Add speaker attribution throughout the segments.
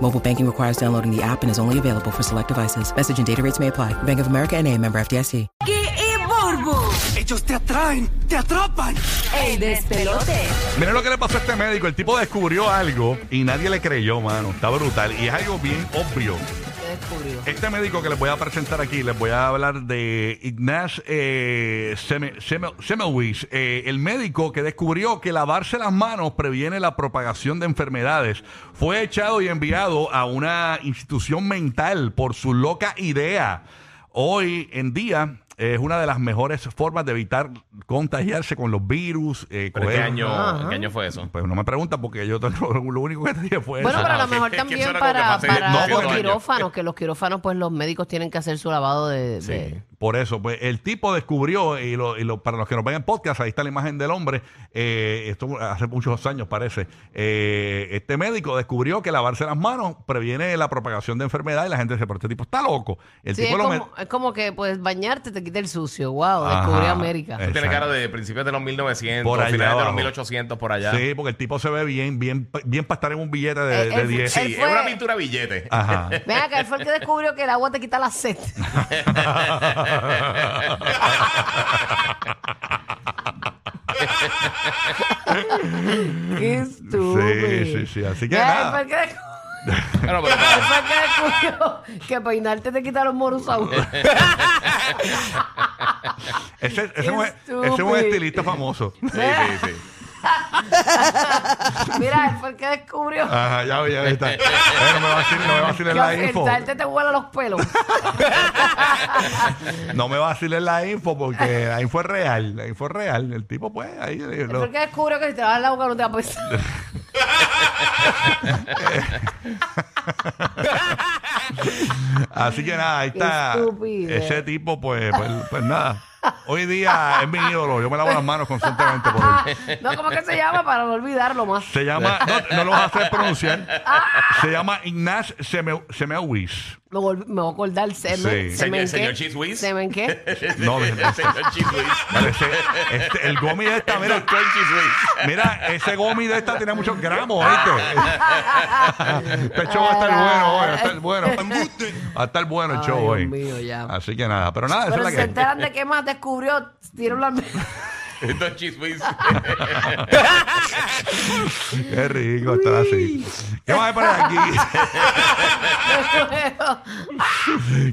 Speaker 1: Mobile banking requires downloading the app and is only available for select devices. Message and data rates may apply. Bank of America and a member FDIC.
Speaker 2: Ricky y Burbu.
Speaker 3: Ellos te atraen, te atrapan.
Speaker 2: El despelote.
Speaker 4: Mira lo que le pasó a este médico. El tipo descubrió algo y nadie le creyó, mano. Está brutal. Y es algo bien obvio. Este médico que les voy a presentar aquí, les voy a hablar de Ignaz eh, Seme- Seme- Semmelweis, eh, el médico que descubrió que lavarse las manos previene la propagación de enfermedades. Fue echado y enviado a una institución mental por su loca idea. Hoy en día eh, es una de las mejores formas de evitar contagiarse con los virus. eh,
Speaker 5: ¿Pero qué
Speaker 4: coger-
Speaker 5: año, ¿en qué año fue eso?
Speaker 4: Pues no me preguntan porque yo te- lo único que te dije fue
Speaker 6: Bueno,
Speaker 4: eso.
Speaker 6: pero a lo
Speaker 5: que-
Speaker 6: mejor
Speaker 5: que- que
Speaker 6: también
Speaker 5: eso era como que
Speaker 6: para,
Speaker 5: hace
Speaker 6: para
Speaker 4: 200
Speaker 6: los
Speaker 4: años.
Speaker 6: quirófanos, que los quirófanos, pues los médicos tienen que hacer su lavado de... de-
Speaker 4: Por eso, pues el tipo descubrió, y, lo- y lo- para los que nos ven en podcast, ahí está la imagen del hombre, eh, esto hace muchos años parece, eh, este médico descubrió que lavarse las manos previene la propagación de enfermedad y la gente dice, pero este tipo está loco. El
Speaker 6: Sí, es
Speaker 4: tipo lo
Speaker 6: como, es como que pues bañarte te quita el sucio. Wow,
Speaker 4: Ajá.
Speaker 6: descubrí América.
Speaker 4: Eh,
Speaker 5: Tiene
Speaker 4: Exacto.
Speaker 5: cara de principios de los 1900,
Speaker 4: Por allá
Speaker 5: finales de los
Speaker 4: abajo.
Speaker 5: 1800, por allá.
Speaker 4: Sí, porque el tipo se ve bien, bien, bien para estar en un billete de,
Speaker 6: Eh,
Speaker 4: de
Speaker 6: él-
Speaker 4: 10.
Speaker 5: Sí,
Speaker 6: Él
Speaker 5: es
Speaker 6: fue-
Speaker 5: una pintura billete.
Speaker 4: Ajá.
Speaker 6: Ven acá, él fue el que descubrió que el agua te quita la sed. Qué estúpido.
Speaker 4: Sí, sí, sí, así que
Speaker 6: Él
Speaker 4: nada.
Speaker 6: fue el que descu-
Speaker 5: Bueno, pero-
Speaker 6: él fue el que descubrió que peinarte te quita los moros a uno.
Speaker 4: Ese, ese
Speaker 6: Qué
Speaker 4: es un- ese es
Speaker 6: estúpido.
Speaker 4: un estilista famoso.
Speaker 5: sí, sí, sí.
Speaker 6: Mira, él fue el que descubrió
Speaker 4: Ajá, ya, vi, ya vi, está. Eh, no me vacilen, no me
Speaker 6: que
Speaker 4: vacilen Ah, la info.
Speaker 6: afeitarte te huele los pelos.
Speaker 4: No me vacilen la info porque la info es real. La info es real. El tipo, pues, ahí.
Speaker 6: Él
Speaker 4: lo-
Speaker 6: fue el que descubrió que si te vas la boca no te va a pesar.
Speaker 4: Así que nada, ahí
Speaker 6: Qué
Speaker 4: está.
Speaker 6: estúpido.
Speaker 4: Ese tipo, pues, pues, pues nada. Hoy día es mi ídolo. Yo me lavo las manos constantemente por él.
Speaker 6: No, ¿cómo es que se llama? Para no olvidarlo más.
Speaker 4: Se llama, no, no lo vas a hacer pronunciar. Se llama Ignaz Seme- Semmelweis.
Speaker 6: Me, volv- me voy a acordar. Semen,
Speaker 4: Sí.
Speaker 6: semen,
Speaker 5: Señor- señor
Speaker 6: ¿qué?
Speaker 5: Chiswiz.
Speaker 6: ¿Semen qué?
Speaker 4: No, de-
Speaker 5: El señor Chiswiz.
Speaker 4: Vale, ese- este- el gomi de esta,
Speaker 5: El
Speaker 4: mira,
Speaker 5: doctor Chiswiz.
Speaker 4: mira, ese gomi de esta tiene muchos gramos, ¿oíste? Este show va a estar bueno hoy, va a estar bueno. Va a estar bueno el
Speaker 6: Ay,
Speaker 4: show
Speaker 6: Dios
Speaker 4: hoy.
Speaker 6: mío, ya.
Speaker 4: Así que nada, pero nada, esa
Speaker 6: Pero
Speaker 4: Ah, es la
Speaker 6: si se
Speaker 4: que hay.
Speaker 6: enteran de qué más descubrió, tiraron la...
Speaker 5: El doctor Chiswiz.
Speaker 4: Qué rico estar así. ¿Qué más hay por aquí?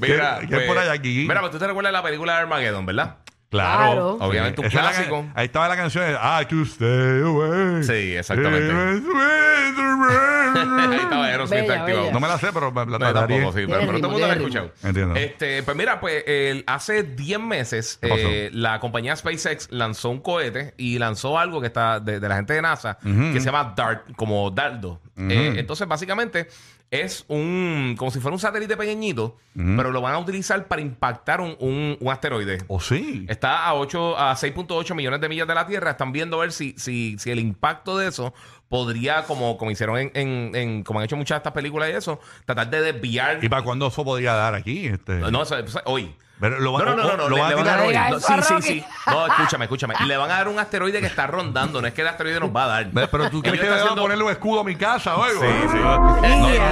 Speaker 5: Mira,
Speaker 4: ¿Qué- qué por allá aquí?
Speaker 5: Mira, pues tú te recuerdas la película de Armageddon, ¿verdad?
Speaker 4: Claro.
Speaker 6: Claro.
Speaker 5: Obviamente un
Speaker 4: Esa es la
Speaker 5: clásico.
Speaker 4: can- ahí estaba la canción. Ah, to stay away.
Speaker 5: Sí, exactamente.
Speaker 4: Ah,
Speaker 5: Ahí estaba Aerosmith
Speaker 6: Bella,
Speaker 5: activado.
Speaker 6: bella.
Speaker 4: no me la sé, pero me la
Speaker 5: No, yo
Speaker 4: tardaría.
Speaker 5: tampoco, sí, pero,
Speaker 6: Tiene
Speaker 5: pero todo el
Speaker 6: ritmo,
Speaker 5: mundo lo ha
Speaker 6: tiene ritmo.
Speaker 5: escuchado.
Speaker 4: Entiendo.
Speaker 5: Este, pues mira, pues el- hace 10 meses
Speaker 4: ¿Qué pasó?
Speaker 5: eh, la compañía SpaceX lanzó un cohete y lanzó algo que está de, de la gente de NASA que se llama DART, como dardo. Eh, entonces, básicamente es un como si fuera un satélite pequeñito, pero lo van a utilizar para impactar un, un- un asteroide.
Speaker 4: ¿O sí?
Speaker 5: Está a 8 a 6.8 millones de millas de la Tierra. Están viendo a ver si, si, si el impacto de eso podría, como, como hicieron en, en- en- como han hecho muchas de estas películas y eso, tratar de desviar.
Speaker 4: ¿Y para cuándo eso podría dar aquí? Este?
Speaker 5: No, o sea, o sea, hoy.
Speaker 4: Pero lo
Speaker 5: No,
Speaker 4: van-
Speaker 5: no,
Speaker 4: o-
Speaker 5: no, no,
Speaker 4: lo
Speaker 5: le,
Speaker 4: van a
Speaker 5: le van
Speaker 4: tirar
Speaker 5: a
Speaker 4: hoy.
Speaker 5: dar
Speaker 6: Oiga,
Speaker 5: no,
Speaker 6: eso
Speaker 5: sí,
Speaker 6: a
Speaker 5: sí,
Speaker 6: Rocky.
Speaker 5: sí. No, escúchame, escúchame. Le van a dar un asteroide que está rondando. No es que el asteroide nos va a
Speaker 4: Ve,
Speaker 5: dar.
Speaker 4: Pero tú
Speaker 5: Ellos
Speaker 4: crees que le
Speaker 5: están
Speaker 4: van a
Speaker 5: haciendo-
Speaker 4: ponerle un escudo a mi casa o algo.
Speaker 5: Sí, sí.
Speaker 4: No, no,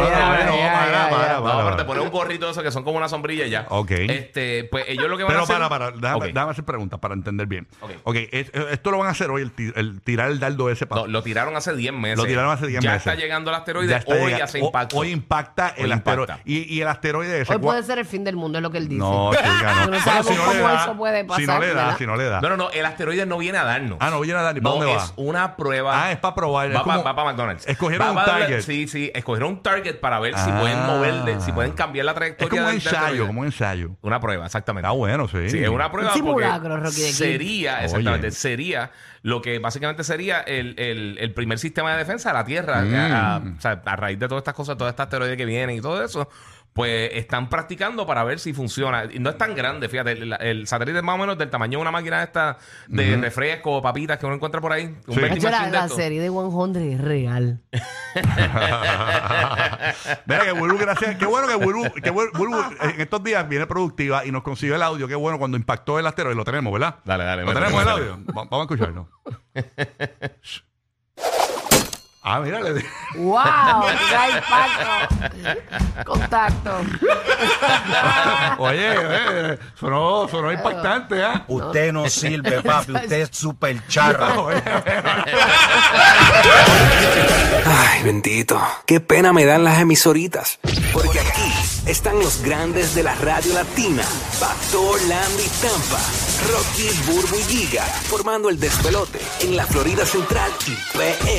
Speaker 4: no, para, para,
Speaker 5: No,
Speaker 4: para,
Speaker 5: pero te
Speaker 4: para.
Speaker 5: ponen un gorrito de esos que son como una sombrilla y ya.
Speaker 4: Ok.
Speaker 5: Este, pues ellos lo que van a
Speaker 4: Pero
Speaker 5: hacer.
Speaker 4: para, para, déjame,
Speaker 5: Ok.
Speaker 4: déjame hacer preguntas para entender bien.
Speaker 5: Ok.
Speaker 4: Ok, es- esto lo van a hacer hoy, el, ti- el tirar el dardo ese para
Speaker 5: No, lo tiraron hace 10 meses.
Speaker 4: Lo tiraron hace 10
Speaker 5: ya
Speaker 4: meses.
Speaker 5: Ya está llegando el
Speaker 4: Ya
Speaker 5: asteroide.
Speaker 4: está
Speaker 5: Hoy
Speaker 4: llegando.
Speaker 5: hace
Speaker 4: O-
Speaker 5: impacto.
Speaker 4: Hoy impacta el
Speaker 5: Hoy
Speaker 4: asteroide.
Speaker 5: impacta.
Speaker 4: Y, y el asteroide ese.
Speaker 6: Hoy
Speaker 4: ¿cuál-
Speaker 6: puede ser el fin del mundo, es lo que él dice.
Speaker 4: No, chico, diga, no.
Speaker 6: No
Speaker 4: Bueno,
Speaker 6: sabemos
Speaker 4: si no le
Speaker 6: cómo
Speaker 4: da-
Speaker 6: eso puede
Speaker 4: Si no
Speaker 6: pasar,
Speaker 4: le da,
Speaker 6: ¿verdad?
Speaker 4: si no le da.
Speaker 5: No, no, no, el asteroide no viene a darnos.
Speaker 4: Ah, no viene a dar ni para
Speaker 5: No,
Speaker 4: dónde va.
Speaker 5: es una prueba.
Speaker 4: Ah, es para probar. es
Speaker 5: Va
Speaker 4: como-
Speaker 5: para McDonald's.
Speaker 4: Escogieron
Speaker 5: Va
Speaker 4: un
Speaker 5: pa' darle-
Speaker 4: target.
Speaker 5: Sí, sí, escogieron un target para ver si
Speaker 4: Ah.
Speaker 5: pueden mover, de- si pueden cambiar la
Speaker 4: Es
Speaker 5: trayectoria
Speaker 4: como un
Speaker 5: del- del
Speaker 4: ensayo,
Speaker 5: asteroide.
Speaker 4: como un ensayo.
Speaker 5: Una prueba, exactamente.
Speaker 4: Está bueno, sí.
Speaker 5: Sí, es una prueba
Speaker 6: Un
Speaker 5: porque
Speaker 6: simulacro, Rocky de King.
Speaker 5: sería, exactamente,
Speaker 4: Oye.
Speaker 5: sería lo que básicamente sería el, el- el primer sistema de defensa de la Tierra.
Speaker 4: Mm.
Speaker 5: A, a- o sea, a raíz de todas estas cosas, todas estas teorías que vienen y todo eso, pues están practicando para ver si funciona. Y No es tan grande, fíjate, el, el satélite es más o menos del tamaño de una máquina de esta de refresco, papitas que uno encuentra por ahí. Un
Speaker 4: Sí.
Speaker 6: De
Speaker 5: vending
Speaker 6: hecho, la,
Speaker 5: machine de
Speaker 6: la
Speaker 5: estos.
Speaker 6: serie de 100 es real.
Speaker 4: Mira que Burbu, gracias. Qué bueno que Burbu, que Burbu- Burbu en estos días viene productiva y nos consiguió el audio. Qué bueno cuando impactó el asteroide. Lo tenemos, ¿verdad?
Speaker 5: Dale, dale,
Speaker 4: ¿Lo
Speaker 5: métele,
Speaker 4: tenemos el
Speaker 5: métele.
Speaker 4: audio? Va- Vamos a escucharlo. ah, mira, le di-
Speaker 6: ¡Wow! ¡Ya impacto! Contacto.
Speaker 4: Oye, eh, sonó, sonó impactante, ¿ah?
Speaker 7: Usted no sirve, papi. Usted es súper charra.
Speaker 3: Ay, bendito. Qué pena me dan las emisoritas. Porque aquí están los grandes de la radio latina. Pastor Landy Tampa, Rocky, Burbu y Giga, formando el despelote en la Florida Central y PR.